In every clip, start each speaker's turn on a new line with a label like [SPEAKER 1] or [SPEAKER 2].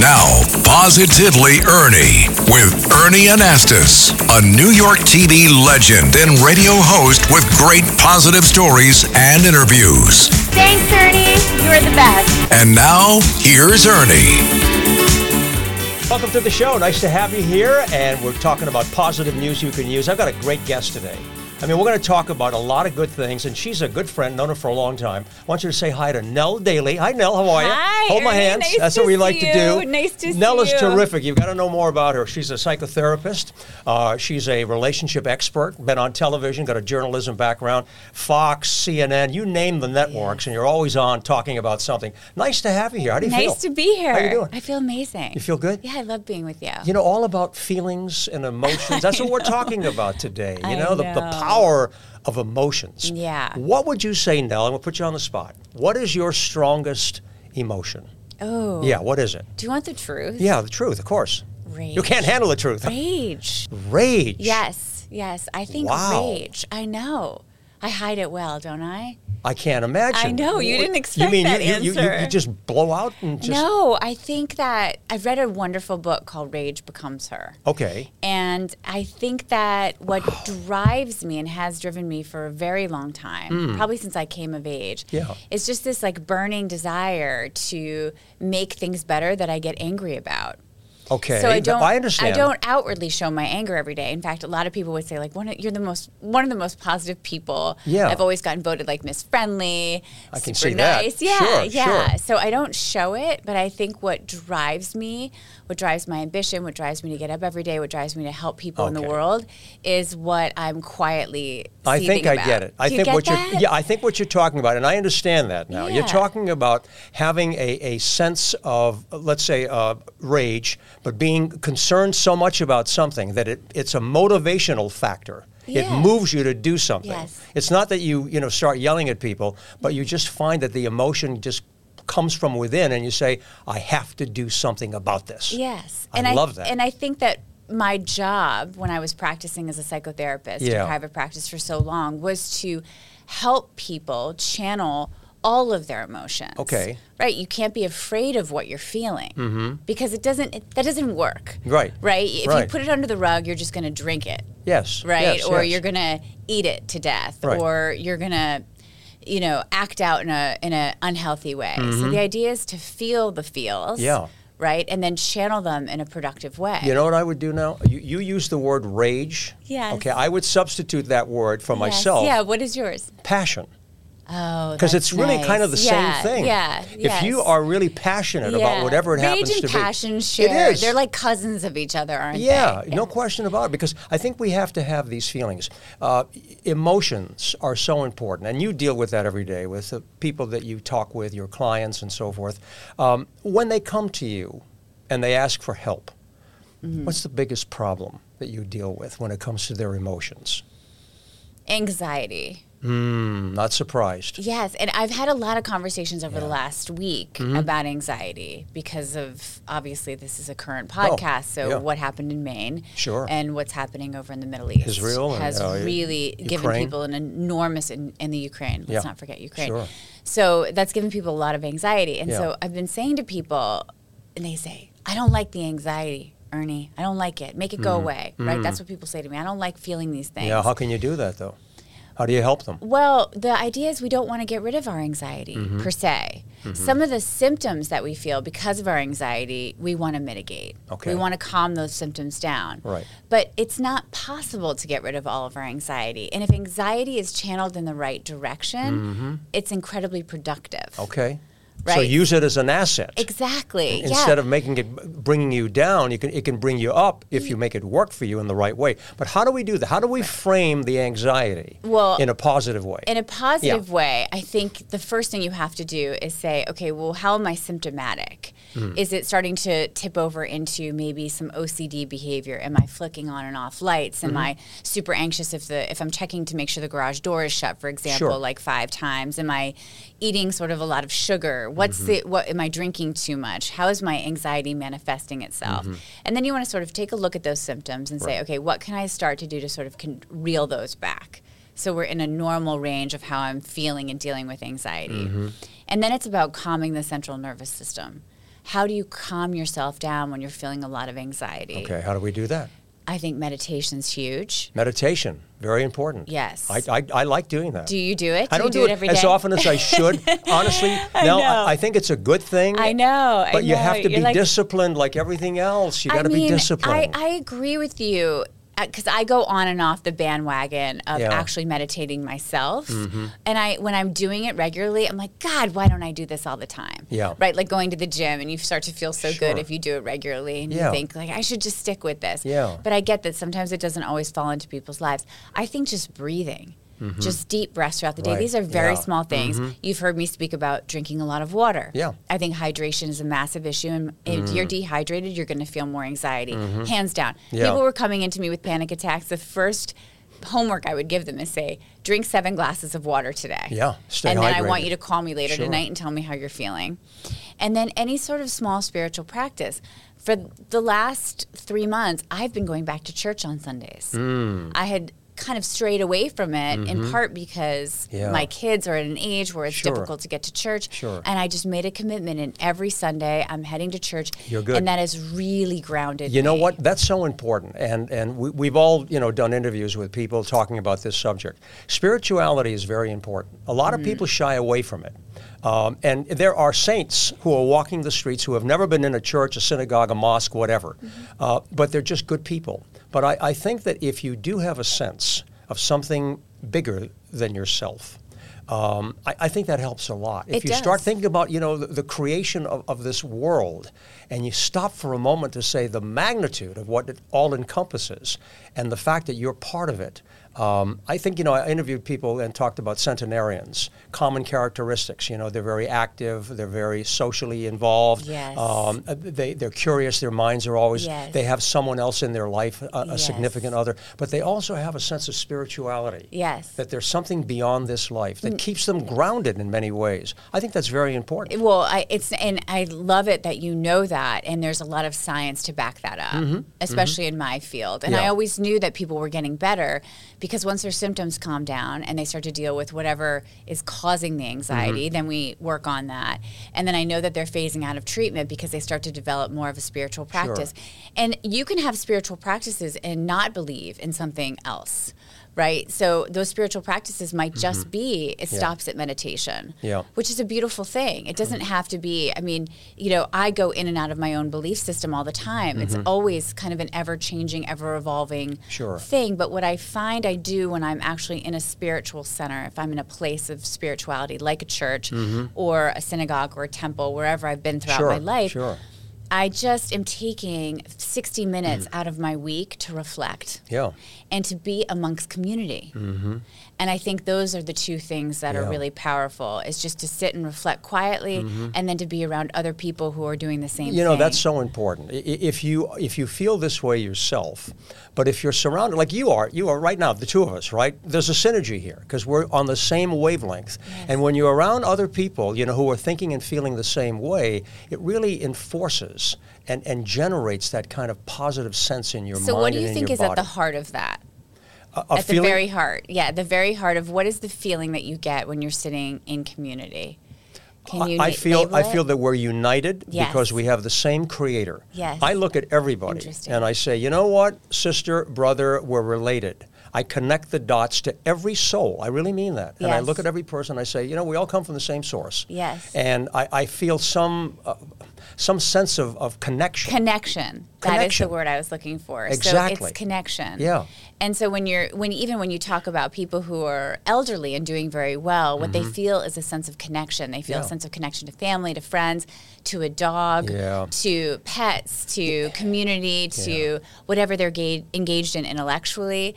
[SPEAKER 1] Now, Positively Ernie with Ernie Anastas, a New York TV legend and radio host with great positive stories and interviews.
[SPEAKER 2] Thanks, Ernie. You're the best.
[SPEAKER 1] And now, here's Ernie.
[SPEAKER 3] Welcome to the show. Nice to have you here. And we're talking about positive news you can use. I've got a great guest today. I mean, we're going to talk about a lot of good things, and she's a good friend, known her for a long time. I want you to say hi to Nell Daly. Hi, Nell. How are you?
[SPEAKER 4] Hi,
[SPEAKER 3] Hold my
[SPEAKER 4] Ernie.
[SPEAKER 3] hands.
[SPEAKER 4] Nice
[SPEAKER 3] That's
[SPEAKER 4] to
[SPEAKER 3] what we like
[SPEAKER 4] see
[SPEAKER 3] to
[SPEAKER 4] you.
[SPEAKER 3] do.
[SPEAKER 4] Nice to
[SPEAKER 3] Nell
[SPEAKER 4] see
[SPEAKER 3] is
[SPEAKER 4] you.
[SPEAKER 3] terrific. You've got to know more about her. She's a psychotherapist. Uh, she's a relationship expert. Been on television. Got a journalism background. Fox, CNN. You name the networks, and you're always on talking about something. Nice to have you here. How do you feel?
[SPEAKER 4] Nice to be here.
[SPEAKER 3] How you doing?
[SPEAKER 4] I feel amazing.
[SPEAKER 3] You feel good?
[SPEAKER 4] Yeah, I love being with you.
[SPEAKER 3] you know all about feelings and emotions that's what we're talking about today you
[SPEAKER 4] I
[SPEAKER 3] know, The, the
[SPEAKER 4] know.
[SPEAKER 3] power of emotions
[SPEAKER 4] Yeah.
[SPEAKER 3] what would you say nell i'm going to put you on the spot what is your strongest emotion
[SPEAKER 4] oh.
[SPEAKER 3] yeah what is it
[SPEAKER 4] Do you want the truth?
[SPEAKER 3] yeah the truth of course
[SPEAKER 4] Rage.
[SPEAKER 3] you can't handle the truth
[SPEAKER 4] Rage.
[SPEAKER 3] rage
[SPEAKER 4] Yes. Yes. I think
[SPEAKER 3] Wow.
[SPEAKER 4] rage. I know. I hide it well, don't I?
[SPEAKER 3] i can't imagine
[SPEAKER 4] I know, you
[SPEAKER 3] Wh-
[SPEAKER 4] didn't
[SPEAKER 3] you
[SPEAKER 4] expect
[SPEAKER 3] mean
[SPEAKER 4] that
[SPEAKER 3] you, you, You, you,
[SPEAKER 4] answer.
[SPEAKER 3] you just blow out and just
[SPEAKER 4] no, I think that I've read a wonderful book called Rage Becomes Her.
[SPEAKER 3] okay
[SPEAKER 4] And I think that what drives me and has driven me for a very long time, probably since I came of age,
[SPEAKER 3] Yeah.
[SPEAKER 4] is just this like burning desire to make things better that I get angry about.
[SPEAKER 3] okay
[SPEAKER 4] So I don't.
[SPEAKER 3] i understand
[SPEAKER 4] I don't outwardly show my anger every day. In fact, a lot of people would say like, one of, "You're the most one of the most positive people."
[SPEAKER 3] Yeah.
[SPEAKER 4] I've always gotten voted like Miss Friendly.
[SPEAKER 3] I can
[SPEAKER 4] super
[SPEAKER 3] see that.
[SPEAKER 4] Nice. Yeah,
[SPEAKER 3] Sure,
[SPEAKER 4] yeah.
[SPEAKER 3] sure.
[SPEAKER 4] So I don't show it, but I think what drives me, what drives my ambition, what drives me to get up every day, what drives me to help people in the
[SPEAKER 3] Okay.
[SPEAKER 4] world, is what I'm quietly.
[SPEAKER 3] I think
[SPEAKER 4] seething
[SPEAKER 3] I
[SPEAKER 4] about.
[SPEAKER 3] get it. I
[SPEAKER 4] Do you
[SPEAKER 3] think
[SPEAKER 4] get
[SPEAKER 3] what
[SPEAKER 4] that?
[SPEAKER 3] you're yeah, I think what you're talking about, and I understand that now. You're
[SPEAKER 4] Yeah.
[SPEAKER 3] talking about having a, a sense of uh, let's say uh, rage, but being concerned so much about something that it, it's a motivational factor. It
[SPEAKER 4] Yeah.
[SPEAKER 3] moves you to do something.
[SPEAKER 4] Yes.
[SPEAKER 3] It's not that you you know start yelling at people, but you just find that the emotion just comes from within, and you say, "I have to do something about this."
[SPEAKER 4] Yes,
[SPEAKER 3] I
[SPEAKER 4] and
[SPEAKER 3] love that.
[SPEAKER 4] And I think that my job when I was practicing as a psychotherapist
[SPEAKER 3] Yeah.
[SPEAKER 4] in private practice for so long was to help people channel all of their emotions.
[SPEAKER 3] Okay. Mm-hmm.
[SPEAKER 4] Right, you can't be afraid of what you're feeling because it doesn't it, that doesn't work.
[SPEAKER 3] Right.
[SPEAKER 4] Right? If
[SPEAKER 3] Right.
[SPEAKER 4] you put it under the rug, you're just going to drink it
[SPEAKER 3] yes,
[SPEAKER 4] right?
[SPEAKER 3] yes,
[SPEAKER 4] or
[SPEAKER 3] yes.
[SPEAKER 4] you're gonna eat it to death,
[SPEAKER 3] Right.
[SPEAKER 4] or you're gonna, you know, act out in a in an unhealthy way. So the idea is to feel the feels,
[SPEAKER 3] Mm-hmm. Yeah.
[SPEAKER 4] right, and then channel them in a productive way.
[SPEAKER 3] You know what I would do now? You, you use the word rage.
[SPEAKER 4] Yes.
[SPEAKER 3] Okay, I would substitute that word for
[SPEAKER 4] Yes.
[SPEAKER 3] myself.
[SPEAKER 4] Yeah. What is yours?
[SPEAKER 3] Passion.
[SPEAKER 4] Oh,
[SPEAKER 3] Because
[SPEAKER 4] that's
[SPEAKER 3] it's really kind of the
[SPEAKER 4] nice.
[SPEAKER 3] same
[SPEAKER 4] Yeah,
[SPEAKER 3] thing.
[SPEAKER 4] Yeah.
[SPEAKER 3] If
[SPEAKER 4] yes.
[SPEAKER 3] you are really passionate about
[SPEAKER 4] Yeah.
[SPEAKER 3] whatever it
[SPEAKER 4] Rage
[SPEAKER 3] happens
[SPEAKER 4] and
[SPEAKER 3] to
[SPEAKER 4] passion
[SPEAKER 3] be.
[SPEAKER 4] share.
[SPEAKER 3] It is.
[SPEAKER 4] They're like cousins of each other, aren't
[SPEAKER 3] yeah,
[SPEAKER 4] they?
[SPEAKER 3] no question about it. Because I think we have to have these feelings. Uh, emotions are so important, and you deal with that every day with the people that you talk with, your clients, and so forth. Um, when they come to you and they ask for help, what's the biggest problem that you deal with when it comes to their emotions?
[SPEAKER 4] Anxiety.
[SPEAKER 3] I'm not surprised.
[SPEAKER 4] Yes, and I've had a lot of conversations over the last week
[SPEAKER 3] Mm-hmm.
[SPEAKER 4] about anxiety because of obviously this is a current podcast. so
[SPEAKER 3] Oh, yeah.
[SPEAKER 4] what happened in Maine,
[SPEAKER 3] Sure.
[SPEAKER 4] and what's happening over in the Middle East,
[SPEAKER 3] Israel and,
[SPEAKER 4] has
[SPEAKER 3] uh,
[SPEAKER 4] really given
[SPEAKER 3] Ukraine.
[SPEAKER 4] people an enormous in, in the Ukraine. Let's
[SPEAKER 3] Yeah.
[SPEAKER 4] not forget Ukraine.
[SPEAKER 3] Sure.
[SPEAKER 4] So that's given people a lot of anxiety, and
[SPEAKER 3] Yeah.
[SPEAKER 4] so I've been saying to people, and they say, "I don't like the anxiety." Ernie, I don't like it. Make it go away, right? That's what people say to me. I don't like feeling these things.
[SPEAKER 3] Mm-hmm. Yeah, how can you do that though? How do you help them?
[SPEAKER 4] Well, the idea is we don't want to get rid of our anxiety
[SPEAKER 3] Mm-hmm.
[SPEAKER 4] per se. Some of the symptoms that we feel because of our anxiety, we want to mitigate.
[SPEAKER 3] Okay.
[SPEAKER 4] We want to calm those symptoms down.
[SPEAKER 3] Right.
[SPEAKER 4] But it's not possible to get rid of all of our anxiety. And if anxiety is channeled in the right direction, it's incredibly productive.
[SPEAKER 3] Mm-hmm. Okay. So
[SPEAKER 4] Right.
[SPEAKER 3] use it as an asset.
[SPEAKER 4] Exactly.
[SPEAKER 3] Instead
[SPEAKER 4] yeah.
[SPEAKER 3] of making it bringing you down, you can it can bring you up if
[SPEAKER 4] Mm.
[SPEAKER 3] you make it work for you in the right way. But how do we do that? How do we frame the anxiety
[SPEAKER 4] Well,
[SPEAKER 3] in a positive way?
[SPEAKER 4] in a positive
[SPEAKER 3] Yeah.
[SPEAKER 4] way, I think the first thing you have to do is say, okay, well, how am I symptomatic?
[SPEAKER 3] Mm-hmm.
[SPEAKER 4] Is it starting to tip over into maybe some OCD behavior? Am I flicking on and off lights? Am
[SPEAKER 3] Mm-hmm.
[SPEAKER 4] I super anxious if the if I'm checking to make sure the garage door is shut, for example,
[SPEAKER 3] Sure.
[SPEAKER 4] like five times? Am I eating sort of a lot of sugar? What's
[SPEAKER 3] Mm-hmm.
[SPEAKER 4] the what am I drinking too much? How is my anxiety manifesting itself?
[SPEAKER 3] Mm-hmm.
[SPEAKER 4] And then you want to sort of take a look at those symptoms and say, okay, what can I start to do to sort of con- reel those back? So we're in a normal range of
[SPEAKER 3] Mm-hmm.
[SPEAKER 4] how I'm feeling and dealing with anxiety. And then it's about calming the central nervous system. how do you calm yourself down when you're feeling a lot of anxiety?
[SPEAKER 3] Okay, how do we do that?
[SPEAKER 4] I think meditation's huge.
[SPEAKER 3] Meditation, very important.
[SPEAKER 4] Yes.
[SPEAKER 3] I, I, I like doing that.
[SPEAKER 4] Do you do it?
[SPEAKER 3] I don't
[SPEAKER 4] you
[SPEAKER 3] do, it,
[SPEAKER 4] every day?
[SPEAKER 3] as often as I should. Honestly, no,
[SPEAKER 4] know.
[SPEAKER 3] I, I think it's a good thing.
[SPEAKER 4] I know, I
[SPEAKER 3] But you
[SPEAKER 4] know.
[SPEAKER 3] have to be
[SPEAKER 4] You're like-
[SPEAKER 3] disciplined like everything else. You got to
[SPEAKER 4] I mean,
[SPEAKER 3] be disciplined.
[SPEAKER 4] I, I agree with you because I go on and off the bandwagon of
[SPEAKER 3] Yeah. Mm-hmm.
[SPEAKER 4] actually meditating myself. And I, when I'm doing it regularly, I'm like, God, why don't I do this all the time?
[SPEAKER 3] Yeah.
[SPEAKER 4] Right. Like going to the gym and you start to feel so
[SPEAKER 3] Sure.
[SPEAKER 4] good if you do it regularly and
[SPEAKER 3] Yeah.
[SPEAKER 4] you think like, I should just stick with this.
[SPEAKER 3] Yeah.
[SPEAKER 4] But I get that sometimes it doesn't always fall into people's lives. I think just breathing. Just deep breaths throughout the day.
[SPEAKER 3] Mm-hmm. Right.
[SPEAKER 4] These are very
[SPEAKER 3] Yeah. Mm-hmm.
[SPEAKER 4] small things. You've heard me speak about drinking a lot of water.
[SPEAKER 3] Yeah.
[SPEAKER 4] I think hydration is a massive issue. And if
[SPEAKER 3] Mm-hmm.
[SPEAKER 4] you're dehydrated, you're going to feel more anxiety, hands down.
[SPEAKER 3] Yeah.
[SPEAKER 4] People were coming into me with panic attacks. The first homework I would give them is say, drink seven glasses of water today.
[SPEAKER 3] Yeah, stay
[SPEAKER 4] and then I
[SPEAKER 3] hydrated.
[SPEAKER 4] want you to call me later
[SPEAKER 3] Sure.
[SPEAKER 4] tonight and tell me how you're feeling. And then any sort of small spiritual practice. For the last three months, I've been going back to church on Sundays.
[SPEAKER 3] Mm.
[SPEAKER 4] I had kind of strayed away from it in part because
[SPEAKER 3] Mm-hmm. Yeah.
[SPEAKER 4] my kids are at an age where it's
[SPEAKER 3] Sure.
[SPEAKER 4] difficult to get to church.
[SPEAKER 3] Sure.
[SPEAKER 4] And I just made a commitment, and every Sunday I'm heading to church.
[SPEAKER 3] You're good.
[SPEAKER 4] And that has really grounded
[SPEAKER 3] You know
[SPEAKER 4] me.
[SPEAKER 3] what? That's so important, and and we, we've all you know done interviews with people talking about this subject. Spirituality is very important. A lot
[SPEAKER 4] Mm.
[SPEAKER 3] of people shy away from it, um, and there are saints who are walking the streets who have never been in a church, a synagogue, a mosque, whatever,
[SPEAKER 4] Mm-hmm.
[SPEAKER 3] uh, but they're just good people. But I, I think that if you do have a sense of something bigger than yourself. Um, I, I think that helps a lot. If
[SPEAKER 4] It
[SPEAKER 3] you start
[SPEAKER 4] does.
[SPEAKER 3] thinking about you know the, the creation of, of this world and you stop for a moment to say the magnitude of what it all encompasses and the fact that you're part of it um, i think you know i interviewed people and talked about centenarians common characteristics you know they're very active they're very socially involved
[SPEAKER 4] Yes.
[SPEAKER 3] um, they, they're curious their minds are always
[SPEAKER 4] Yes.
[SPEAKER 3] they have someone else in their life a, a
[SPEAKER 4] Yes.
[SPEAKER 3] significant other but they also have a sense of spirituality
[SPEAKER 4] Yes. Mm.
[SPEAKER 3] that there's something beyond this life that keeps them grounded in many ways. I think that's very important.
[SPEAKER 4] Well, I, it's and I love it that you know that, and there's a lot of science to back that up, especially in my field. And I
[SPEAKER 3] Yeah.
[SPEAKER 4] always knew that people were getting better because once their symptoms calm down and they start to deal with whatever is causing the anxiety, then we work on that. And then I know that they're phasing out of treatment because they start to develop more of a spiritual practice. And you can have spiritual practices and not believe in something else. Right, so those spiritual practices might just be it stops at meditation,
[SPEAKER 3] Yeah.
[SPEAKER 4] which is a beautiful thing. It doesn't have to be, I mean, you know, I go in and out of my own belief system all the time. It's always kind of an ever changing, ever evolving
[SPEAKER 3] Mm-hmm. Sure.
[SPEAKER 4] thing. But what I find I do when I'm actually in a spiritual center, if I'm in a place of spirituality, like a church or a synagogue or a temple, wherever I've been throughout
[SPEAKER 3] Mm-hmm. sure,
[SPEAKER 4] my life,
[SPEAKER 3] sure.
[SPEAKER 4] I just am taking 60 minutes
[SPEAKER 3] Mm.
[SPEAKER 4] out of my week to reflect
[SPEAKER 3] Yeah.
[SPEAKER 4] and to be amongst community. And I think those are the two things that
[SPEAKER 3] Mm-hmm. Yeah. Mm-hmm.
[SPEAKER 4] are really powerful is just to sit and reflect quietly and then to be around other people who are doing the same thing.
[SPEAKER 3] You know that's so important. I- i- If you if you feel this way yourself, but if you're surrounded like you are, you are right now, the two of us, right? There's a synergy here because we're on the same wavelength. And when you're around other people, you know, who are thinking and feeling the same way, it really enforces and and generates that kind of positive sense in your mind.
[SPEAKER 4] So what do
[SPEAKER 3] and
[SPEAKER 4] you
[SPEAKER 3] in
[SPEAKER 4] think
[SPEAKER 3] your
[SPEAKER 4] is at
[SPEAKER 3] body.
[SPEAKER 4] the heart of that?
[SPEAKER 3] A- a
[SPEAKER 4] at the
[SPEAKER 3] feeling-
[SPEAKER 4] very heart. Yeah, at the very heart of what is the feeling that you get when you're sitting in community? Can you
[SPEAKER 3] I, I
[SPEAKER 4] na-
[SPEAKER 3] feel
[SPEAKER 4] label
[SPEAKER 3] I
[SPEAKER 4] it?
[SPEAKER 3] feel that we're united
[SPEAKER 4] Yes.
[SPEAKER 3] because we have the same creator.
[SPEAKER 4] Yes.
[SPEAKER 3] I look at everybody
[SPEAKER 4] Interesting.
[SPEAKER 3] and I say, you know what, sister, brother, we're related. I connect the dots to every soul. I really mean that. And I
[SPEAKER 4] Yes.
[SPEAKER 3] look at every person. I say, you know, we all come from the same source.
[SPEAKER 4] Yes.
[SPEAKER 3] And I, I feel some uh, some sense of, of connection.
[SPEAKER 4] connection. That is the
[SPEAKER 3] Connection.
[SPEAKER 4] word I was looking for. So
[SPEAKER 3] Exactly.
[SPEAKER 4] it's connection.
[SPEAKER 3] Yeah.
[SPEAKER 4] And so when you're when even when you talk about people who are elderly and doing very well, what they feel is a sense of connection. They feel
[SPEAKER 3] Mm-hmm. Yeah.
[SPEAKER 4] a sense of connection to family, to friends, to a dog,
[SPEAKER 3] Yeah.
[SPEAKER 4] to pets, to community, to whatever they're ga- engaged in intellectually.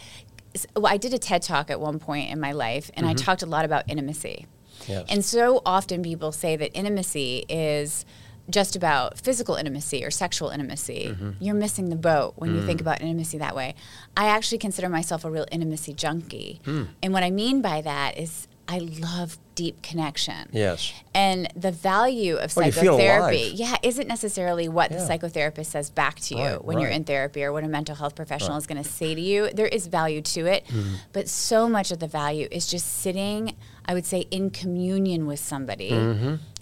[SPEAKER 4] S- Well, I did a TED talk at one point in my life, and I talked a lot about intimacy.
[SPEAKER 3] Mm-hmm. Yes.
[SPEAKER 4] And so often people say that intimacy is just about physical intimacy or sexual intimacy. You're missing the boat when you think about intimacy that way. I actually consider myself a real intimacy junkie. And what I mean by that is I love deep connection.
[SPEAKER 3] yes.
[SPEAKER 4] And the value of
[SPEAKER 3] Well, you feel
[SPEAKER 4] psychotherapy,
[SPEAKER 3] alive.
[SPEAKER 4] yeah, isn't necessarily what the
[SPEAKER 3] Yeah.
[SPEAKER 4] psychotherapist says back to you
[SPEAKER 3] Right,
[SPEAKER 4] when you're
[SPEAKER 3] right.
[SPEAKER 4] in therapy or what a mental health professional is
[SPEAKER 3] Mm-hmm.
[SPEAKER 4] going to say to you. There is value to it, but so much of the value is just sitting. I would say, in communion with somebody,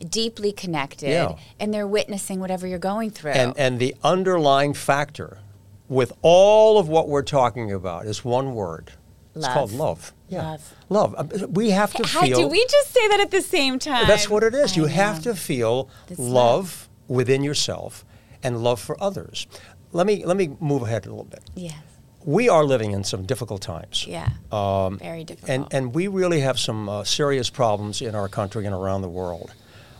[SPEAKER 4] deeply connected,
[SPEAKER 3] Mm-hmm. Yeah.
[SPEAKER 4] and they're witnessing whatever you're going through.
[SPEAKER 3] And, and the underlying factor with all of what we're talking about is one word. It's called love.
[SPEAKER 4] Love.
[SPEAKER 3] Yeah.
[SPEAKER 4] Love.
[SPEAKER 3] Love. Uh, We have to
[SPEAKER 4] How
[SPEAKER 3] feel.
[SPEAKER 4] do we just say that at the same time?
[SPEAKER 3] That's what it is.
[SPEAKER 4] I
[SPEAKER 3] you
[SPEAKER 4] know.
[SPEAKER 3] have to feel
[SPEAKER 4] That's
[SPEAKER 3] love within yourself and love for others. Let me let me move ahead a little bit.
[SPEAKER 4] Yes.
[SPEAKER 3] We are living in some difficult times.
[SPEAKER 4] Yeah. Um, Very difficult.
[SPEAKER 3] And and we really have some uh, serious problems in our country and around the world.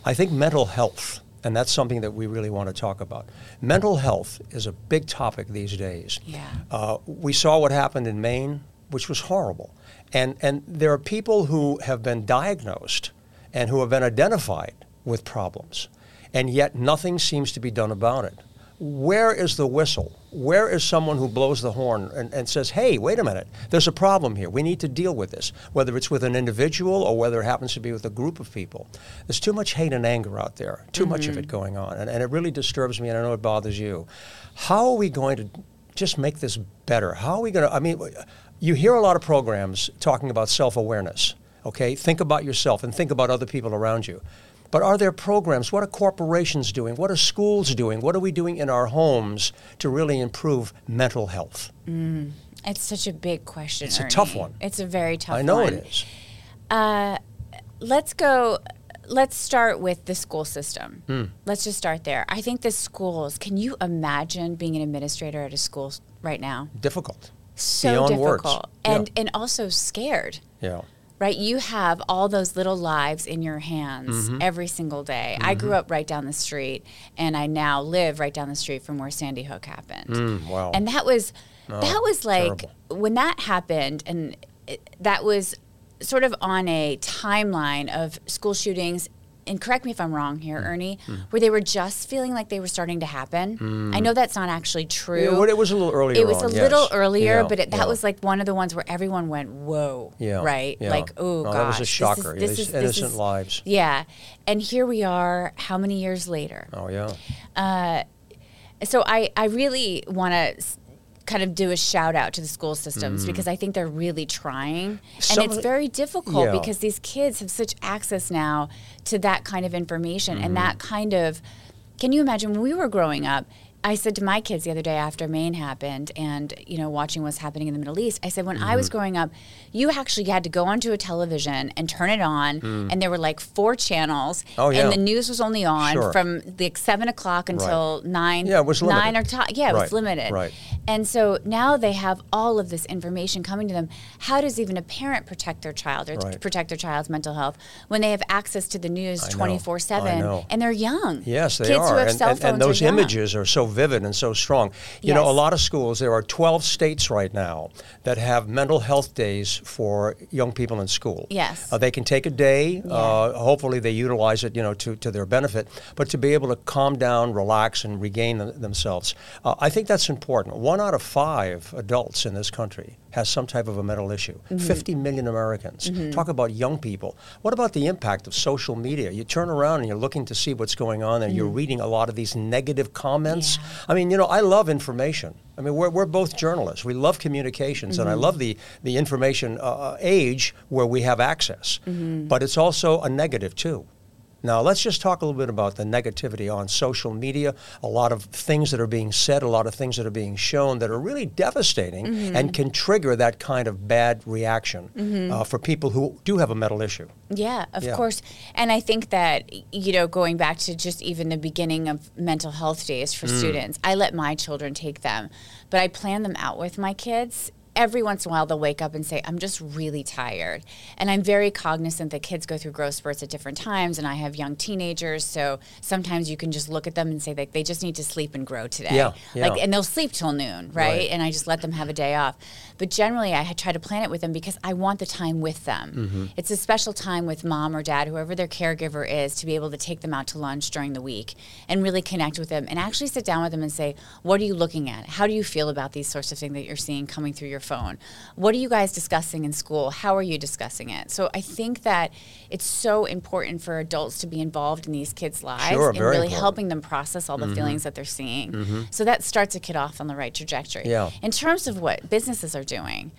[SPEAKER 3] I think mental health and that's something that we really want to talk about. Mental health is a big topic these days.
[SPEAKER 4] Yeah.
[SPEAKER 3] Uh, we saw what happened in Maine, which was horrible. And, and there are people who have been diagnosed and who have been identified with problems, and yet nothing seems to be done about it. Where is the whistle? Where is someone who blows the horn and, and says, hey, wait a minute, there's a problem here. We need to deal with this, whether it's with an individual or whether it happens to be with a group of people. There's too much hate and anger out there, too much of it going on. And, and it really disturbs me, and I know it bothers you. How are we going to just make this better? How are we going to? I mean, you hear a lot of programs talking about self awareness, okay? Think about yourself and think about other people around you. But are there programs? What are corporations doing? What are schools doing? What are we doing in our homes to really improve mental health?
[SPEAKER 4] it's such a big question.
[SPEAKER 3] It's a
[SPEAKER 4] Ernie.
[SPEAKER 3] tough one.
[SPEAKER 4] It's a very tough one.
[SPEAKER 3] I know it is.
[SPEAKER 4] let's go let's start with the school system
[SPEAKER 3] Hmm.
[SPEAKER 4] let's just start there i think the schools can you imagine being an administrator at a school s- right now
[SPEAKER 3] Difficult.
[SPEAKER 4] so
[SPEAKER 3] Beyond words.
[SPEAKER 4] difficult
[SPEAKER 3] Yeah.
[SPEAKER 4] and and also scared
[SPEAKER 3] Yeah.
[SPEAKER 4] right you have all those little lives in your hands
[SPEAKER 3] Mm-hmm.
[SPEAKER 4] every single day i grew up right down the street and i now live right down the street from where sandy hook happened
[SPEAKER 3] Mm, Wow. Oh,
[SPEAKER 4] and that was that was like
[SPEAKER 3] terrible.
[SPEAKER 4] when that happened and it, that was sort of on a timeline of school shootings and correct me if i'm wrong
[SPEAKER 3] Mm.
[SPEAKER 4] here ernie where they were just feeling like they were starting to happen i know that's not actually true
[SPEAKER 3] Mm. Yeah, well, it was a little earlier.
[SPEAKER 4] it was
[SPEAKER 3] on,
[SPEAKER 4] a
[SPEAKER 3] yes.
[SPEAKER 4] little earlier,
[SPEAKER 3] Yeah,
[SPEAKER 4] but it, that
[SPEAKER 3] yeah.
[SPEAKER 4] was like one of the ones where everyone went, "Whoa!"
[SPEAKER 3] Yeah,
[SPEAKER 4] right?
[SPEAKER 3] yeah.
[SPEAKER 4] Like, oh
[SPEAKER 3] No,
[SPEAKER 4] gosh,
[SPEAKER 3] that was a
[SPEAKER 4] this is-
[SPEAKER 3] shocker.
[SPEAKER 4] This is,
[SPEAKER 3] These
[SPEAKER 4] this
[SPEAKER 3] innocent
[SPEAKER 4] is-
[SPEAKER 3] lives.
[SPEAKER 4] Yeah, and here we are, how many years later?
[SPEAKER 3] Oh, yeah.
[SPEAKER 4] So I, I really want to kind of do a shout out to the school systems because I think they're really trying,
[SPEAKER 3] Mm. Some
[SPEAKER 4] and it's
[SPEAKER 3] of-
[SPEAKER 4] very difficult
[SPEAKER 3] Yeah.
[SPEAKER 4] because these kids have such access now to that kind of information and that
[SPEAKER 3] Mm-hmm.
[SPEAKER 4] kind of. Can you imagine when we were growing up? I said to my kids the other day after Maine happened and you know watching what's happening in the Middle East I said when I was
[SPEAKER 3] Mm-hmm.
[SPEAKER 4] growing up you actually had to go onto a television and turn it on and there were like four channels
[SPEAKER 3] Mm. Oh, yeah.
[SPEAKER 4] and the news was only on
[SPEAKER 3] Sure.
[SPEAKER 4] from like 7 o'clock until 9
[SPEAKER 3] Yeah, it was
[SPEAKER 4] nine or
[SPEAKER 3] limited.
[SPEAKER 4] to- yeah it
[SPEAKER 3] Right,
[SPEAKER 4] was limited
[SPEAKER 3] right.
[SPEAKER 4] and so now they have all of this information coming to them how does even a parent protect their child or t-
[SPEAKER 3] Right.
[SPEAKER 4] protect their child's mental health when they have access to the news
[SPEAKER 3] know.
[SPEAKER 4] 24-7
[SPEAKER 3] I know.
[SPEAKER 4] and they're young
[SPEAKER 3] Yes, they
[SPEAKER 4] kids
[SPEAKER 3] are.
[SPEAKER 4] who have
[SPEAKER 3] and,
[SPEAKER 4] cell
[SPEAKER 3] and-
[SPEAKER 4] phones
[SPEAKER 3] and those
[SPEAKER 4] are young.
[SPEAKER 3] images are so vivid and so strong. You know, a
[SPEAKER 4] Yes.
[SPEAKER 3] lot of schools, there are 12 states right now that have mental health days for young people in school.
[SPEAKER 4] Yes.
[SPEAKER 3] Uh, they can take a day. Uh, hopefully, they utilize it, you know, to, to their benefit, but to be able to calm down, relax, and regain them, themselves. Uh, I think that's important. One out of five adults in this country has some type of a mental issue. 50 million Americans. Talk about young people. What about the impact of social media? You turn around and you're looking to see what's going on, and you're reading a lot of these negative comments. I mean, you know, I love information. I mean, we're, we're both journalists. We love communications, and I love the, the information uh, uh, age where we have access. But it's also a negative, too. Now, let's just talk a little bit about the negativity on social media. A lot of things that are being said, a lot of things that are being shown that are really devastating and can trigger that kind of bad reaction uh, for people who do have a mental issue.
[SPEAKER 4] Yeah, of
[SPEAKER 3] Yeah.
[SPEAKER 4] course. And I think that, y- you know, going back to just even the beginning of mental health days
[SPEAKER 3] Mm.
[SPEAKER 4] for students, I let my children take them, but I plan them out with my kids. Every once in a while, they'll wake up and say, I'm just really tired. And I'm very cognizant that kids go through growth spurts at different times, and I have young teenagers. So sometimes you can just look at them and say, like, they just need to sleep and grow today.
[SPEAKER 3] Yeah,
[SPEAKER 4] Like,
[SPEAKER 3] yeah.
[SPEAKER 4] and they'll sleep till noon, right?
[SPEAKER 3] Right.
[SPEAKER 4] And I just let them have a day off. But generally, I try to plan it with them because I want the time with them.
[SPEAKER 3] Mm-hmm.
[SPEAKER 4] It's a special time with mom or dad, whoever their caregiver is, to be able to take them out to lunch during the week and really connect with them and actually sit down with them and say, What are you looking at? How do you feel about these sorts of things that you're seeing coming through your phone? What are you guys discussing in school? How are you discussing it? So I think that it's so important for adults to be involved in these kids' lives
[SPEAKER 3] Sure,
[SPEAKER 4] and
[SPEAKER 3] very
[SPEAKER 4] really
[SPEAKER 3] important.
[SPEAKER 4] helping them process all the
[SPEAKER 3] Mm-hmm.
[SPEAKER 4] feelings that they're seeing. So that starts a kid off on the right trajectory.
[SPEAKER 3] Yeah.
[SPEAKER 4] In terms of what businesses are doing,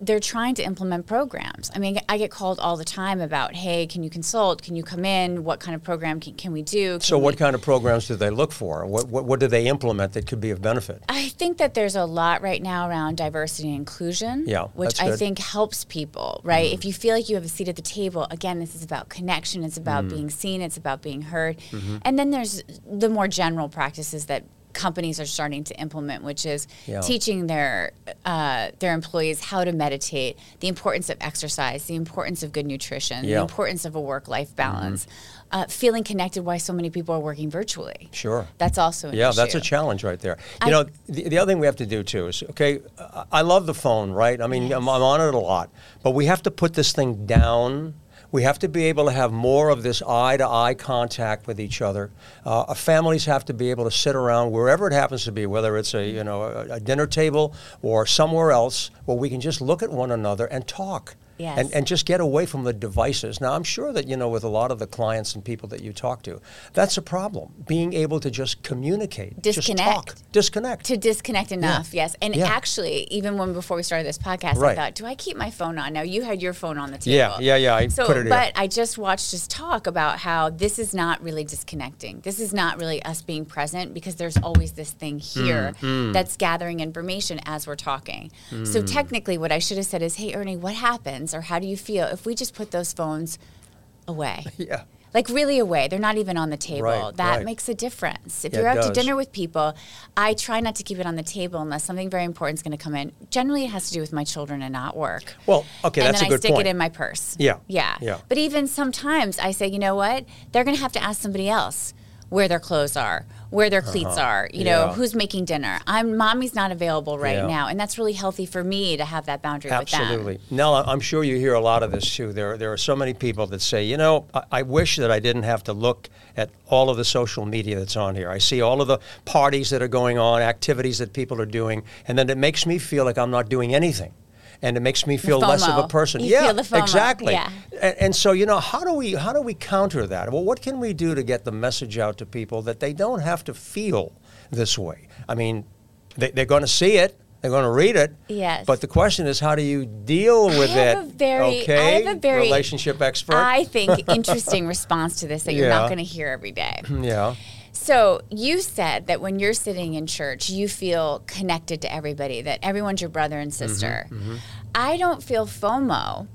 [SPEAKER 4] they're trying to implement programs. I mean, I get called all the time about, hey, can you consult? Can you come in? What kind of program can, can we do? Can
[SPEAKER 3] So,
[SPEAKER 4] we-
[SPEAKER 3] what kind of programs do they look for? What, what, what do they implement that could be of benefit?
[SPEAKER 4] I think that there's a lot right now around diversity and inclusion,
[SPEAKER 3] Yeah,
[SPEAKER 4] which
[SPEAKER 3] that's
[SPEAKER 4] I
[SPEAKER 3] good. Mm-hmm.
[SPEAKER 4] think helps people, right? If you feel like you have a seat at the table, again, this is about connection, it's about
[SPEAKER 3] Mm-hmm.
[SPEAKER 4] being seen, it's about being heard. And then there's the more general practices that companies are starting to implement, which is
[SPEAKER 3] Yeah.
[SPEAKER 4] teaching their uh, their employees how to meditate, the importance of exercise, the importance of good nutrition,
[SPEAKER 3] Yeah. Mm-hmm.
[SPEAKER 4] the importance of a work life balance, uh, feeling connected. Why so many people are working virtually?
[SPEAKER 3] Sure.
[SPEAKER 4] that's also an
[SPEAKER 3] Yeah, that's a
[SPEAKER 4] issue.
[SPEAKER 3] challenge right there. You
[SPEAKER 4] I-
[SPEAKER 3] know, the, the other thing we have to do too is okay, I, I love the phone, right? I mean, I'm, I'm on it a lot, but we have to put this thing down. We have to be able to have more of this eye to eye contact with each other. Uh, our families have to be able to sit around wherever it happens to be, whether it's a you know a, a dinner table or somewhere else, where we can just look at one another and talk.
[SPEAKER 4] Yes.
[SPEAKER 3] And, and just get away from the devices. Now, I'm sure that, you know, with a lot of the clients and people that you talk to, that's a problem. Being able to just communicate, just talk,
[SPEAKER 4] Disconnect.
[SPEAKER 3] disconnect.
[SPEAKER 4] to disconnect enough yes and
[SPEAKER 3] Yeah.
[SPEAKER 4] actually even when before we started this podcast
[SPEAKER 3] Right.
[SPEAKER 4] i thought do i keep my phone on now you had your phone on the table
[SPEAKER 3] Yeah, yeah, yeah, I
[SPEAKER 4] so
[SPEAKER 3] put it here.
[SPEAKER 4] but i just watched this talk about how this is not really disconnecting this is not really us being present because there's always this thing here
[SPEAKER 3] Mm-hmm.
[SPEAKER 4] that's gathering information as we're talking so
[SPEAKER 3] Mm.
[SPEAKER 4] technically what i should have said is hey ernie what happens or how do you feel if we just put those phones away
[SPEAKER 3] yeah.
[SPEAKER 4] like really away. They're not even on the table.
[SPEAKER 3] Right,
[SPEAKER 4] that
[SPEAKER 3] right.
[SPEAKER 4] makes a difference. If
[SPEAKER 3] Yeah,
[SPEAKER 4] you're
[SPEAKER 3] it
[SPEAKER 4] out to
[SPEAKER 3] does.
[SPEAKER 4] dinner with people, I try not to keep it on the table unless something very important is going to come in. Generally, it has to do with my children and not work.
[SPEAKER 3] Well, okay,
[SPEAKER 4] and
[SPEAKER 3] that's
[SPEAKER 4] then
[SPEAKER 3] a good
[SPEAKER 4] I stick
[SPEAKER 3] point.
[SPEAKER 4] it in my purse.
[SPEAKER 3] Yeah,
[SPEAKER 4] yeah,
[SPEAKER 3] yeah.
[SPEAKER 4] But even sometimes I say, you know what? They're going to have to ask somebody else where their clothes are, where their cleats are. You know,
[SPEAKER 3] Uh-huh. yeah.
[SPEAKER 4] who's making dinner? I'm mommy's not available right
[SPEAKER 3] Yeah.
[SPEAKER 4] now, and that's really healthy for me to have that boundary with them.
[SPEAKER 3] Absolutely. Nella, I'm sure you hear a lot of this too. There, there are so many people that say, you know, I, I wish that I didn't have to look at all of the social media that's on here. I see all of the parties that are going on, activities that people are doing, and then it makes me feel like I'm not doing anything. And it makes me feel less of a
[SPEAKER 4] FOMO.
[SPEAKER 3] person.
[SPEAKER 4] You
[SPEAKER 3] yeah,
[SPEAKER 4] feel the FOMO.
[SPEAKER 3] exactly.
[SPEAKER 4] Yeah.
[SPEAKER 3] And, and so, you know, how do we how do we counter that? Well, what can we do to get the message out to people that they don't have to feel this way? I mean, they, they're going to see it, they're going to read it.
[SPEAKER 4] Yes.
[SPEAKER 3] But the question is, how do you deal with
[SPEAKER 4] I have
[SPEAKER 3] it?
[SPEAKER 4] a very- I
[SPEAKER 3] okay,
[SPEAKER 4] have a very-
[SPEAKER 3] relationship expert.
[SPEAKER 4] I think interesting response to this that you're
[SPEAKER 3] Yeah.
[SPEAKER 4] not going to hear every day.
[SPEAKER 3] yeah,
[SPEAKER 4] So you said that when you're sitting in church, you feel connected to everybody, that everyone's your brother and
[SPEAKER 3] Mm-hmm,
[SPEAKER 4] sister. I don't feel FOMO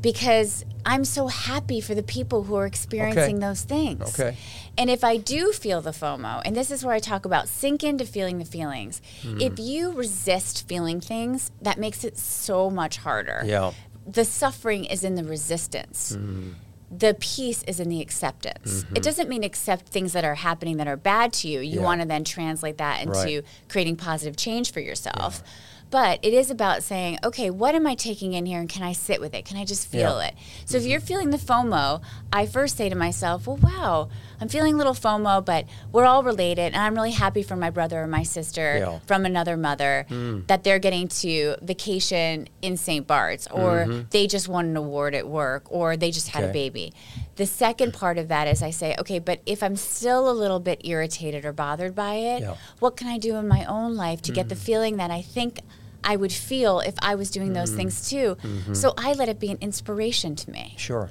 [SPEAKER 4] because I'm so happy for the people who are experiencing those things.
[SPEAKER 3] Okay.
[SPEAKER 4] And if I do feel the FOMO, and this is where I talk about sink into feeling the feelings,
[SPEAKER 3] Mm-hmm.
[SPEAKER 4] if you resist feeling things, that makes it so much harder
[SPEAKER 3] yeah,
[SPEAKER 4] the suffering is in the resistance.
[SPEAKER 3] Mm-hmm.
[SPEAKER 4] The peace is in the acceptance. It doesn't mean accept things that are happening that are bad to you. You
[SPEAKER 3] Yeah.
[SPEAKER 4] want to then translate that into
[SPEAKER 3] Right.
[SPEAKER 4] creating positive change for yourself. But it is about saying, okay, what am I taking in here and can I sit with it? Can I just feel
[SPEAKER 3] Yeah. Mm-hmm.
[SPEAKER 4] it? So if you're feeling the FOMO, I first say to myself, well, wow, I'm feeling a little FOMO, but we're all related. And I'm really happy for my brother or my sister
[SPEAKER 3] Yeah.
[SPEAKER 4] from another mother
[SPEAKER 3] Hmm.
[SPEAKER 4] that they're getting to vacation in St. Bart's or they just won an award at work or they just had a
[SPEAKER 3] Mm-hmm. Okay.
[SPEAKER 4] baby. The second part of that is I say, okay, but if I'm still a little bit irritated or bothered by it,
[SPEAKER 3] Yeah. Hmm.
[SPEAKER 4] what can I do in my own life to get the feeling that I think I would feel if I was doing
[SPEAKER 3] Hmm.
[SPEAKER 4] those things too?
[SPEAKER 3] Mm-hmm.
[SPEAKER 4] So I let it be an inspiration to me.
[SPEAKER 3] sure.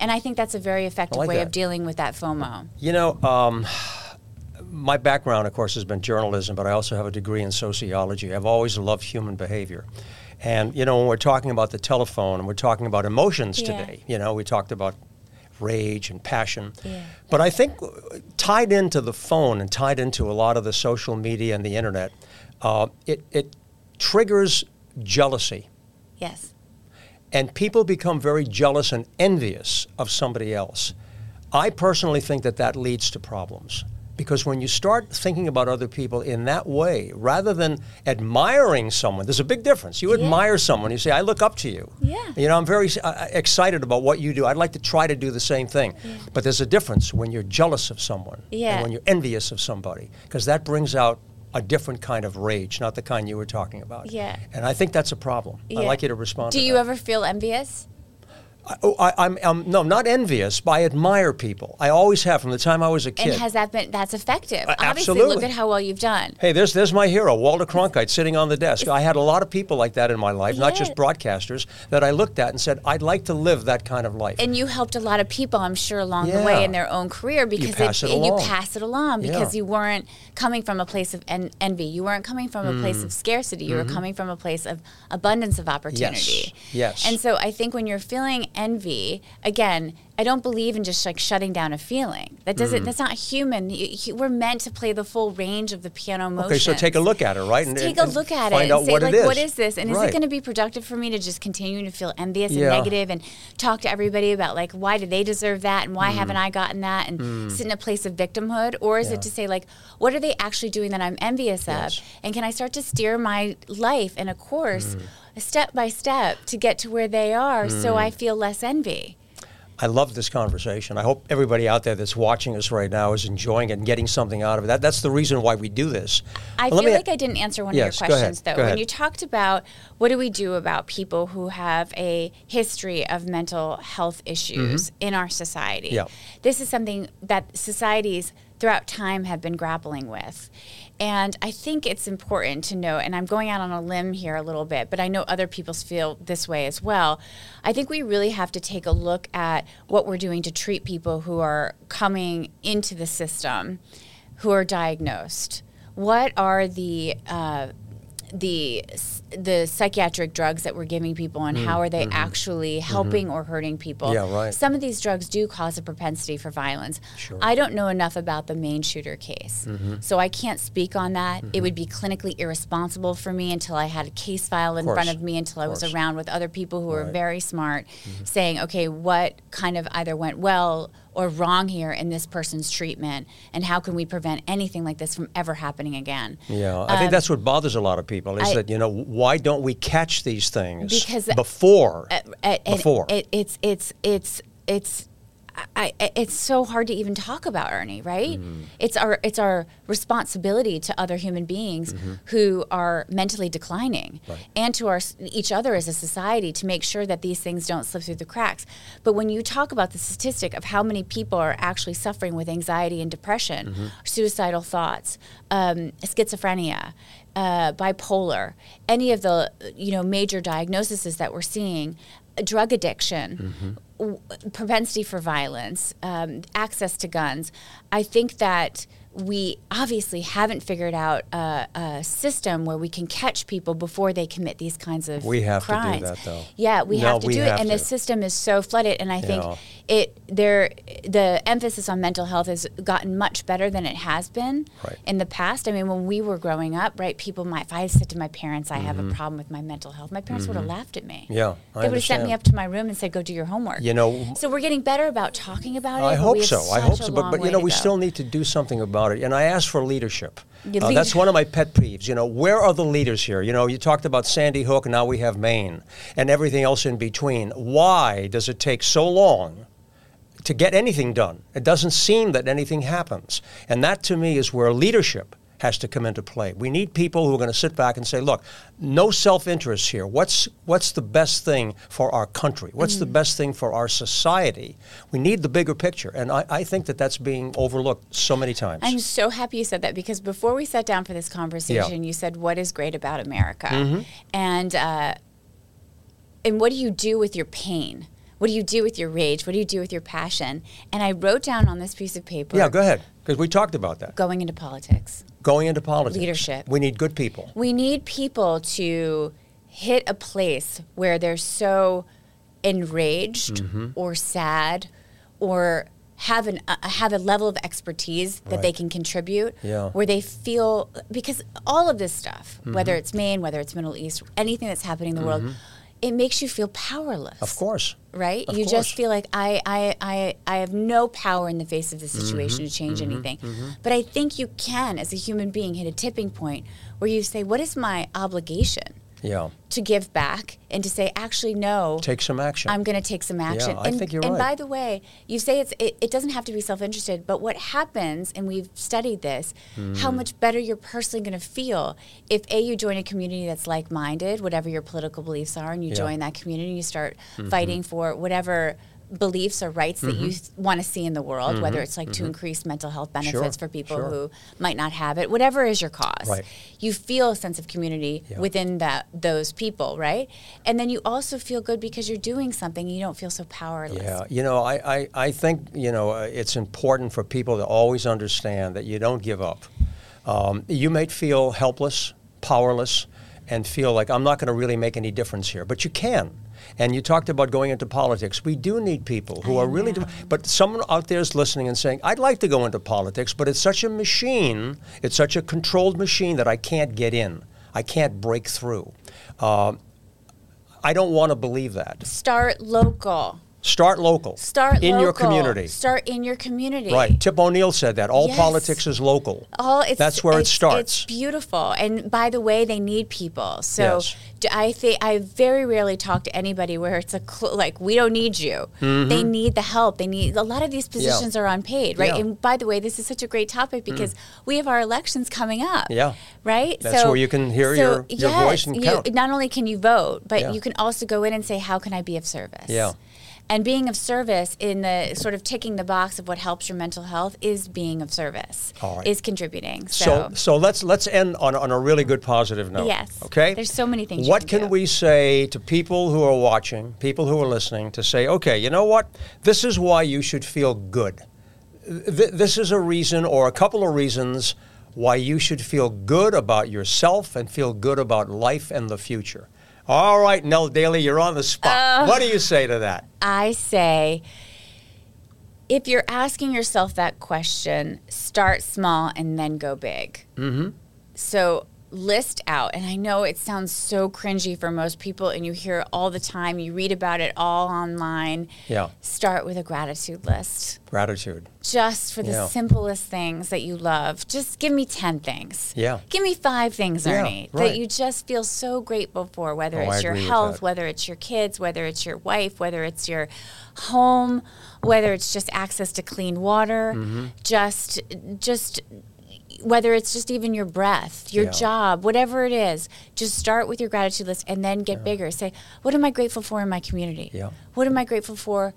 [SPEAKER 4] And I think that's a very effective
[SPEAKER 3] like
[SPEAKER 4] way
[SPEAKER 3] that.
[SPEAKER 4] of dealing with that FOMO.
[SPEAKER 3] You know, um, my background, of course, has been journalism, but I also have a degree in sociology. I've always loved human behavior. And, you know, when we're talking about the telephone and we're talking about emotions
[SPEAKER 4] Yeah.
[SPEAKER 3] today, you know, we talked about rage and passion.
[SPEAKER 4] Yeah.
[SPEAKER 3] But I think uh, tied into the phone and tied into a lot of the social media and the internet, uh, it, it triggers jealousy
[SPEAKER 4] Yes.
[SPEAKER 3] and people become very jealous and envious of somebody else. I personally think that that leads to problems because when you start thinking about other people in that way, rather than admiring someone, there's a big difference. You
[SPEAKER 4] Yeah.
[SPEAKER 3] admire someone, you say, "I look up to you."
[SPEAKER 4] Yeah.
[SPEAKER 3] You know, I'm very uh, excited about what you do. I'd like to try to do the same thing. But there's a difference when you're jealous of someone
[SPEAKER 4] Yeah.
[SPEAKER 3] and when you're envious of somebody because that brings out a different kind of rage, not the kind you were talking about.
[SPEAKER 4] Yeah.
[SPEAKER 3] And I think that's a problem. I'd
[SPEAKER 4] Yeah.
[SPEAKER 3] like you to respond
[SPEAKER 4] Do
[SPEAKER 3] to
[SPEAKER 4] you
[SPEAKER 3] that.
[SPEAKER 4] ever feel envious?
[SPEAKER 3] I, oh, I, I'm, I'm no, not envious, but I admire people. I always have from the time I was a kid.
[SPEAKER 4] And has that been that's effective?
[SPEAKER 3] Uh,
[SPEAKER 4] Obviously, look
[SPEAKER 3] absolutely.
[SPEAKER 4] at how well you've done.
[SPEAKER 3] Hey, there's there's my hero, Walter Cronkite, sitting on the desk. I had a lot of people like that in my life, not just
[SPEAKER 4] Yeah.
[SPEAKER 3] broadcasters, that I looked at and said, I'd like to live that kind of life.
[SPEAKER 4] And you helped a lot of people, I'm sure, along the
[SPEAKER 3] Yeah.
[SPEAKER 4] way in their own career because
[SPEAKER 3] pass it
[SPEAKER 4] and you
[SPEAKER 3] along.
[SPEAKER 4] pass it along because
[SPEAKER 3] Yeah.
[SPEAKER 4] you weren't coming from a place of en- envy. You weren't coming from a
[SPEAKER 3] Mm.
[SPEAKER 4] place of scarcity. You were coming from a place of abundance of opportunity.
[SPEAKER 3] Mm-hmm. Yes.
[SPEAKER 4] And so I think when you're feeling envy, again, I don't believe in just like shutting down a feeling. That
[SPEAKER 3] Mm.
[SPEAKER 4] doesn't. That's not human. You, you- we're meant to play the full range of the piano motion.
[SPEAKER 3] okay, so take a look at her, right?
[SPEAKER 4] Take a look at
[SPEAKER 3] find
[SPEAKER 4] it
[SPEAKER 3] out
[SPEAKER 4] and say,
[SPEAKER 3] what
[SPEAKER 4] like,
[SPEAKER 3] it is.
[SPEAKER 4] what is this? And is
[SPEAKER 3] Right.
[SPEAKER 4] it going to be productive for me to just continue to feel envious
[SPEAKER 3] Yeah.
[SPEAKER 4] and negative and talk to everybody about, like, why do they deserve that and why haven't I gotten that and sit in a place of victimhood? Or is
[SPEAKER 3] Mm. Yeah.
[SPEAKER 4] it to say, like, what are they actually doing that I'm envious
[SPEAKER 3] Yes.
[SPEAKER 4] of? And can I start to steer my life and a course
[SPEAKER 3] Mm.
[SPEAKER 4] step by step to get to where they are so I feel less envy?
[SPEAKER 3] I love this conversation. I hope everybody out there that's watching us right now is enjoying it and getting something out of it. That, that's the reason why we do this.
[SPEAKER 4] I
[SPEAKER 3] Let
[SPEAKER 4] feel
[SPEAKER 3] me-
[SPEAKER 4] like I didn't answer one
[SPEAKER 3] Yes, go
[SPEAKER 4] of
[SPEAKER 3] ahead,
[SPEAKER 4] your questions,
[SPEAKER 3] go
[SPEAKER 4] though.
[SPEAKER 3] ahead.
[SPEAKER 4] When you talked about what do we do about people who have a history of mental health issues in our society,
[SPEAKER 3] Yeah.
[SPEAKER 4] this is something that societies throughout time have been grappling with. And I think it's important to know, and I'm going out on a limb here a little bit, but I know other people feel this way as well. I think we really have to take a look at what we're doing to treat people who are coming into the system who are diagnosed. What are the uh, the the psychiatric drugs that we're giving people, and how are they actually helping or hurting people?
[SPEAKER 3] Mm-hmm. Yeah, right.
[SPEAKER 4] Some of these drugs do cause a propensity for violence.
[SPEAKER 3] Sure. Mm-hmm.
[SPEAKER 4] I don't know enough about the main shooter case, so I can't speak on that. It would be clinically irresponsible for me until I had a case file in front
[SPEAKER 3] course,
[SPEAKER 4] of me, until I was
[SPEAKER 3] course.
[SPEAKER 4] around with other people who
[SPEAKER 3] Right. Mm-hmm.
[SPEAKER 4] are very smart, saying, okay, what kind of either went well or wrong here in this person's treatment, and how can we prevent anything like this from ever happening again?
[SPEAKER 3] Yeah, I think that's what bothers a lot of people is
[SPEAKER 4] Um, I-
[SPEAKER 3] that you know why don't we catch these things
[SPEAKER 4] Because-
[SPEAKER 3] before
[SPEAKER 4] a- and
[SPEAKER 3] before
[SPEAKER 4] it, it's it's it's it's I, I- it's so hard to even talk about Ernie, right? It's our it's our responsibility to other human beings who are mentally declining, and to our s- each other as a society to make sure that these things don't slip through the cracks. But when you talk about the statistic of how many people are actually suffering with anxiety and depression, suicidal thoughts, um, schizophrenia, uh, bipolar, any of the you know major diagnoses that we're seeing, drug addiction, w- propensity for violence, um, access to guns. I think that we obviously haven't figured out a, a system where we can catch people before they commit these kinds of
[SPEAKER 3] We have to do
[SPEAKER 4] crimes.
[SPEAKER 3] that, though.
[SPEAKER 4] Yeah, we
[SPEAKER 3] No,
[SPEAKER 4] have to
[SPEAKER 3] we
[SPEAKER 4] do
[SPEAKER 3] have
[SPEAKER 4] it, and
[SPEAKER 3] to.
[SPEAKER 4] the system is so flooded. And I think
[SPEAKER 3] Yeah.
[SPEAKER 4] it there the emphasis on mental health has gotten much better than it has been
[SPEAKER 3] Right.
[SPEAKER 4] in the past. I mean, when we were growing up, right? People might if I said to my parents, "I have
[SPEAKER 3] Mm-hmm.
[SPEAKER 4] a problem with my mental health," my parents would have laughed at me.
[SPEAKER 3] Yeah, I
[SPEAKER 4] they would have sent
[SPEAKER 3] understand.
[SPEAKER 4] me up to my room and said, "Go do your homework."
[SPEAKER 3] You know-
[SPEAKER 4] so we're getting better about talking about it.
[SPEAKER 3] I
[SPEAKER 4] but
[SPEAKER 3] hope
[SPEAKER 4] we have
[SPEAKER 3] so. I
[SPEAKER 4] such
[SPEAKER 3] hope
[SPEAKER 4] a
[SPEAKER 3] so. But,
[SPEAKER 4] long
[SPEAKER 3] but you
[SPEAKER 4] way
[SPEAKER 3] know,
[SPEAKER 4] to
[SPEAKER 3] we
[SPEAKER 4] go.
[SPEAKER 3] still need to do something about it. And I ask for leadership.
[SPEAKER 4] Your
[SPEAKER 3] Uh, that's
[SPEAKER 4] leader-
[SPEAKER 3] one of my pet peeves. You know, where are the leaders here? You know, you talked about Sandy Hook, now we have Maine, and everything else in between. Why does it take so long? To get anything done, it doesn't seem that anything happens. And that to me is where leadership has to come into play. We need people who are going to sit back and say, look, no self interest here. What's, what's the best thing for our country? What's
[SPEAKER 4] Mm.
[SPEAKER 3] the best thing for our society? We need the bigger picture. And I, I think that that's being overlooked so many times.
[SPEAKER 4] I'm so happy you said that because before we sat down for this conversation, you said, "What is great about America?"
[SPEAKER 3] Mm-hmm.
[SPEAKER 4] and uh, and what do you do with your pain? What do you do with your rage? What do you do with your passion? And I wrote down on this piece of paper.
[SPEAKER 3] yeah, go ahead. Because we talked about that.
[SPEAKER 4] Going into politics.
[SPEAKER 3] Going into politics.
[SPEAKER 4] Leadership.
[SPEAKER 3] We need good people.
[SPEAKER 4] We need people to hit a place where they're so enraged
[SPEAKER 3] Mm-hmm.
[SPEAKER 4] or sad or have an uh, have a level of expertise that they
[SPEAKER 3] Right.
[SPEAKER 4] can contribute
[SPEAKER 3] Yeah.
[SPEAKER 4] where they feel because all of this stuff whether
[SPEAKER 3] Mm-hmm.
[SPEAKER 4] it's Maine whether it's Middle East anything that's happening in the world it makes you feel powerless
[SPEAKER 3] Mm-hmm. Of course.
[SPEAKER 4] right?
[SPEAKER 3] Of
[SPEAKER 4] you
[SPEAKER 3] course.
[SPEAKER 4] just feel like I, I, I, I have no power in the face of the
[SPEAKER 3] Mm-hmm.
[SPEAKER 4] situation to change anything. But I think you can, as a human being, hit a tipping point where you say, "What is my obligation?
[SPEAKER 3] Yeah.
[SPEAKER 4] to give back and to say, actually, no,
[SPEAKER 3] Take some action.
[SPEAKER 4] I'm going to take some action.
[SPEAKER 3] I
[SPEAKER 4] and,
[SPEAKER 3] think you're
[SPEAKER 4] and
[SPEAKER 3] right.
[SPEAKER 4] by the way, you say it's it, it doesn't have to be self-interested, but what happens, and we've studied this,
[SPEAKER 3] Hmm.
[SPEAKER 4] how much better you're personally going to feel if a you join a community that's like-minded, whatever your political beliefs are, and you
[SPEAKER 3] Yeah. Mm-hmm.
[SPEAKER 4] join that community, you start fighting for whatever beliefs or rights that you want to see in the world, whether it's like to increase mental health benefits for people
[SPEAKER 3] Mm-hmm. sure.
[SPEAKER 4] who might not have it, whatever is your cause.
[SPEAKER 3] Right.
[SPEAKER 4] You feel a sense of community
[SPEAKER 3] Yeah.
[SPEAKER 4] within that those people, right? And then you also feel good because you're doing something. You don't feel so powerless.
[SPEAKER 3] Yeah, you know, I, I, I think, you know, uh, it's important for people to always understand that you don't give up. Um, you may feel helpless, powerless, and feel like I'm not going to really make any difference here, but you can. And you talked about going into politics. We do need people who are really, de- but someone out there is listening and saying, I'd like to go into politics, but it's such a machine, it's such a controlled machine that I can't get in. I can't break through. Um I don't want to believe that.
[SPEAKER 4] Start local.
[SPEAKER 3] Start local.
[SPEAKER 4] Start
[SPEAKER 3] in your
[SPEAKER 4] local.
[SPEAKER 3] community.
[SPEAKER 4] Start in your community.
[SPEAKER 3] Right. Tip O'Neill said that all
[SPEAKER 4] Yes.
[SPEAKER 3] politics is local.
[SPEAKER 4] All it's,
[SPEAKER 3] That's where it
[SPEAKER 4] it's-
[SPEAKER 3] starts.
[SPEAKER 4] It's beautiful, and by the way, they need people. So
[SPEAKER 3] Yes.
[SPEAKER 4] d- I think I very rarely talk to anybody where it's a cl- like we don't need you.
[SPEAKER 3] Mm-hmm.
[SPEAKER 4] They need the help. They need a lot of these positions are unpaid, right?
[SPEAKER 3] Yeah. Mm.
[SPEAKER 4] And by the way, this is such a great topic because we have our elections coming up.
[SPEAKER 3] Yeah.
[SPEAKER 4] right.
[SPEAKER 3] That's where you can hear your- your voice and
[SPEAKER 4] you-
[SPEAKER 3] count.
[SPEAKER 4] Not only can you vote, but
[SPEAKER 3] Yeah.
[SPEAKER 4] you can also go in and say, "How can I be of service?"
[SPEAKER 3] Yeah.
[SPEAKER 4] And being of service in the sort of ticking the box of what helps your mental health is being of service,
[SPEAKER 3] All right.
[SPEAKER 4] is contributing.
[SPEAKER 3] so,
[SPEAKER 4] So,
[SPEAKER 3] so let's let's end on, on a really good positive note.
[SPEAKER 4] Yes.
[SPEAKER 3] Okay.
[SPEAKER 4] There's so many things you
[SPEAKER 3] What
[SPEAKER 4] can
[SPEAKER 3] can
[SPEAKER 4] do.
[SPEAKER 3] we say to people who are watching, people who are listening, to say, okay, you know what? This is why you should feel good. Th- this is a reason, or a couple of reasons, why you should feel good about yourself and feel good about life and the future. All right, Nell Daly, you're on the spot.
[SPEAKER 4] Oh.
[SPEAKER 3] what do you say to that?
[SPEAKER 4] I say if you're asking yourself that question, start small and then go big. Mm-hmm. So list out, and I know it sounds so cringy for most people, and you hear it all the time, you read about it all online.
[SPEAKER 3] Yeah.
[SPEAKER 4] Start with a gratitude list
[SPEAKER 3] Gratitude.
[SPEAKER 4] just for the
[SPEAKER 3] Yeah.
[SPEAKER 4] simplest things that you love. Just give me 10 things.
[SPEAKER 3] Yeah.
[SPEAKER 4] Give me five things,
[SPEAKER 3] Yeah,
[SPEAKER 4] Ernie,
[SPEAKER 3] right.
[SPEAKER 4] that you just feel so grateful for, whether
[SPEAKER 3] Oh, I
[SPEAKER 4] it's your
[SPEAKER 3] agree with that.
[SPEAKER 4] health, whether it's your kids, whether it's your wife, whether it's your home, whether it's just access to clean water,
[SPEAKER 3] Mm-hmm.
[SPEAKER 4] just, just, whether it's just even your breath, your
[SPEAKER 3] Yeah.
[SPEAKER 4] job, whatever it is, just start with your gratitude list and then get bigger. Say, what am I grateful for in my community?
[SPEAKER 3] Yeah.
[SPEAKER 4] What am I grateful for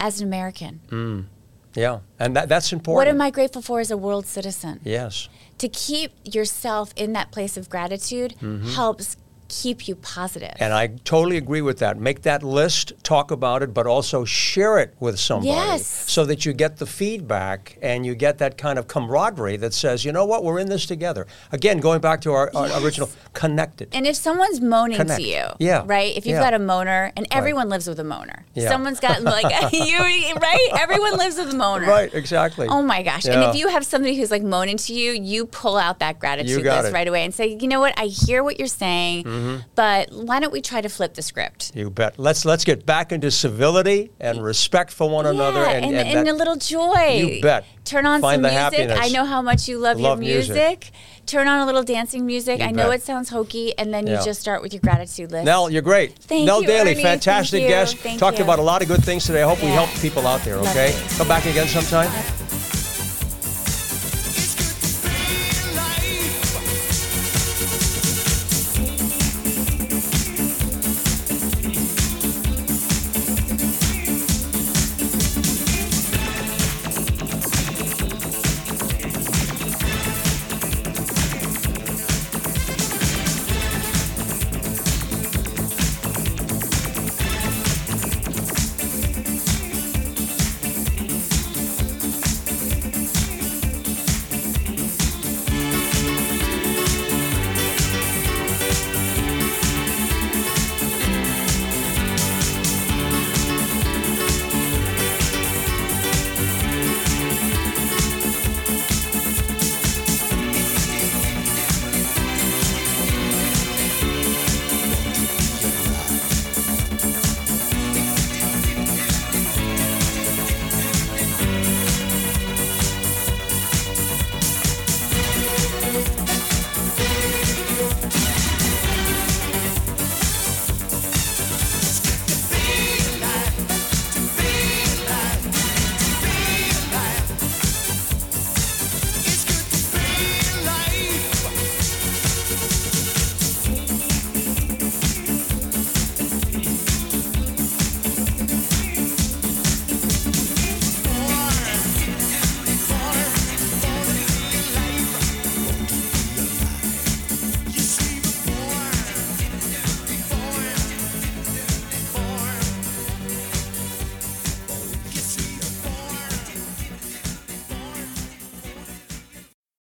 [SPEAKER 4] as an American?
[SPEAKER 3] Yeah, and that, that's important.
[SPEAKER 4] What am I grateful for as a world citizen?
[SPEAKER 3] Yes.
[SPEAKER 4] To keep yourself in that place of gratitude
[SPEAKER 3] Mm-hmm.
[SPEAKER 4] helps keep you positive.
[SPEAKER 3] And I totally agree with that. Make that list, talk about it, but also share it with somebody
[SPEAKER 4] Yes.
[SPEAKER 3] so that you get the feedback and you get that kind of camaraderie that says, you know what, we're in this together. Again, going back to our, our original connected.
[SPEAKER 4] And if someone's moaning
[SPEAKER 3] Connect.
[SPEAKER 4] to you,
[SPEAKER 3] Yeah.
[SPEAKER 4] right? If you've
[SPEAKER 3] Yeah.
[SPEAKER 4] got a moaner, and everyone lives with a moaner,
[SPEAKER 3] Yeah.
[SPEAKER 4] someone's got like you, right? Everyone lives with a moaner,
[SPEAKER 3] right, exactly.
[SPEAKER 4] Oh my gosh! And
[SPEAKER 3] Yeah.
[SPEAKER 4] if you have somebody who's like moaning to you, you pull out that
[SPEAKER 3] You
[SPEAKER 4] gratitude
[SPEAKER 3] got
[SPEAKER 4] list
[SPEAKER 3] it. Mm-hmm.
[SPEAKER 4] right away and say, you know what? I hear what you're saying, but why don't we try to flip the script?
[SPEAKER 3] You bet. Let's let's get back into civility and respect for one another,
[SPEAKER 4] Yeah,
[SPEAKER 3] and,
[SPEAKER 4] and,
[SPEAKER 3] and
[SPEAKER 4] and
[SPEAKER 3] that-
[SPEAKER 4] a little joy.
[SPEAKER 3] You bet.
[SPEAKER 4] Turn on
[SPEAKER 3] Find
[SPEAKER 4] some
[SPEAKER 3] the
[SPEAKER 4] music. I
[SPEAKER 3] happiness.
[SPEAKER 4] know how much you love,
[SPEAKER 3] Love
[SPEAKER 4] your music.
[SPEAKER 3] music.
[SPEAKER 4] Turn on a little dancing music.
[SPEAKER 3] You
[SPEAKER 4] I know
[SPEAKER 3] bet.
[SPEAKER 4] it sounds hokey, and then
[SPEAKER 3] Yeah.
[SPEAKER 4] you just start with your gratitude list.
[SPEAKER 3] Nell, you're great.
[SPEAKER 4] Thank
[SPEAKER 3] Nell
[SPEAKER 4] you,
[SPEAKER 3] Daly,
[SPEAKER 4] Ernie.
[SPEAKER 3] fantastic
[SPEAKER 4] Thank you.
[SPEAKER 3] guest.
[SPEAKER 4] Thank
[SPEAKER 3] Talked
[SPEAKER 4] you.
[SPEAKER 3] about a lot of good things today. I hope we
[SPEAKER 4] Yeah.
[SPEAKER 3] helped people out there, okay?
[SPEAKER 4] Lovely.
[SPEAKER 3] Come back again sometime.
[SPEAKER 4] Of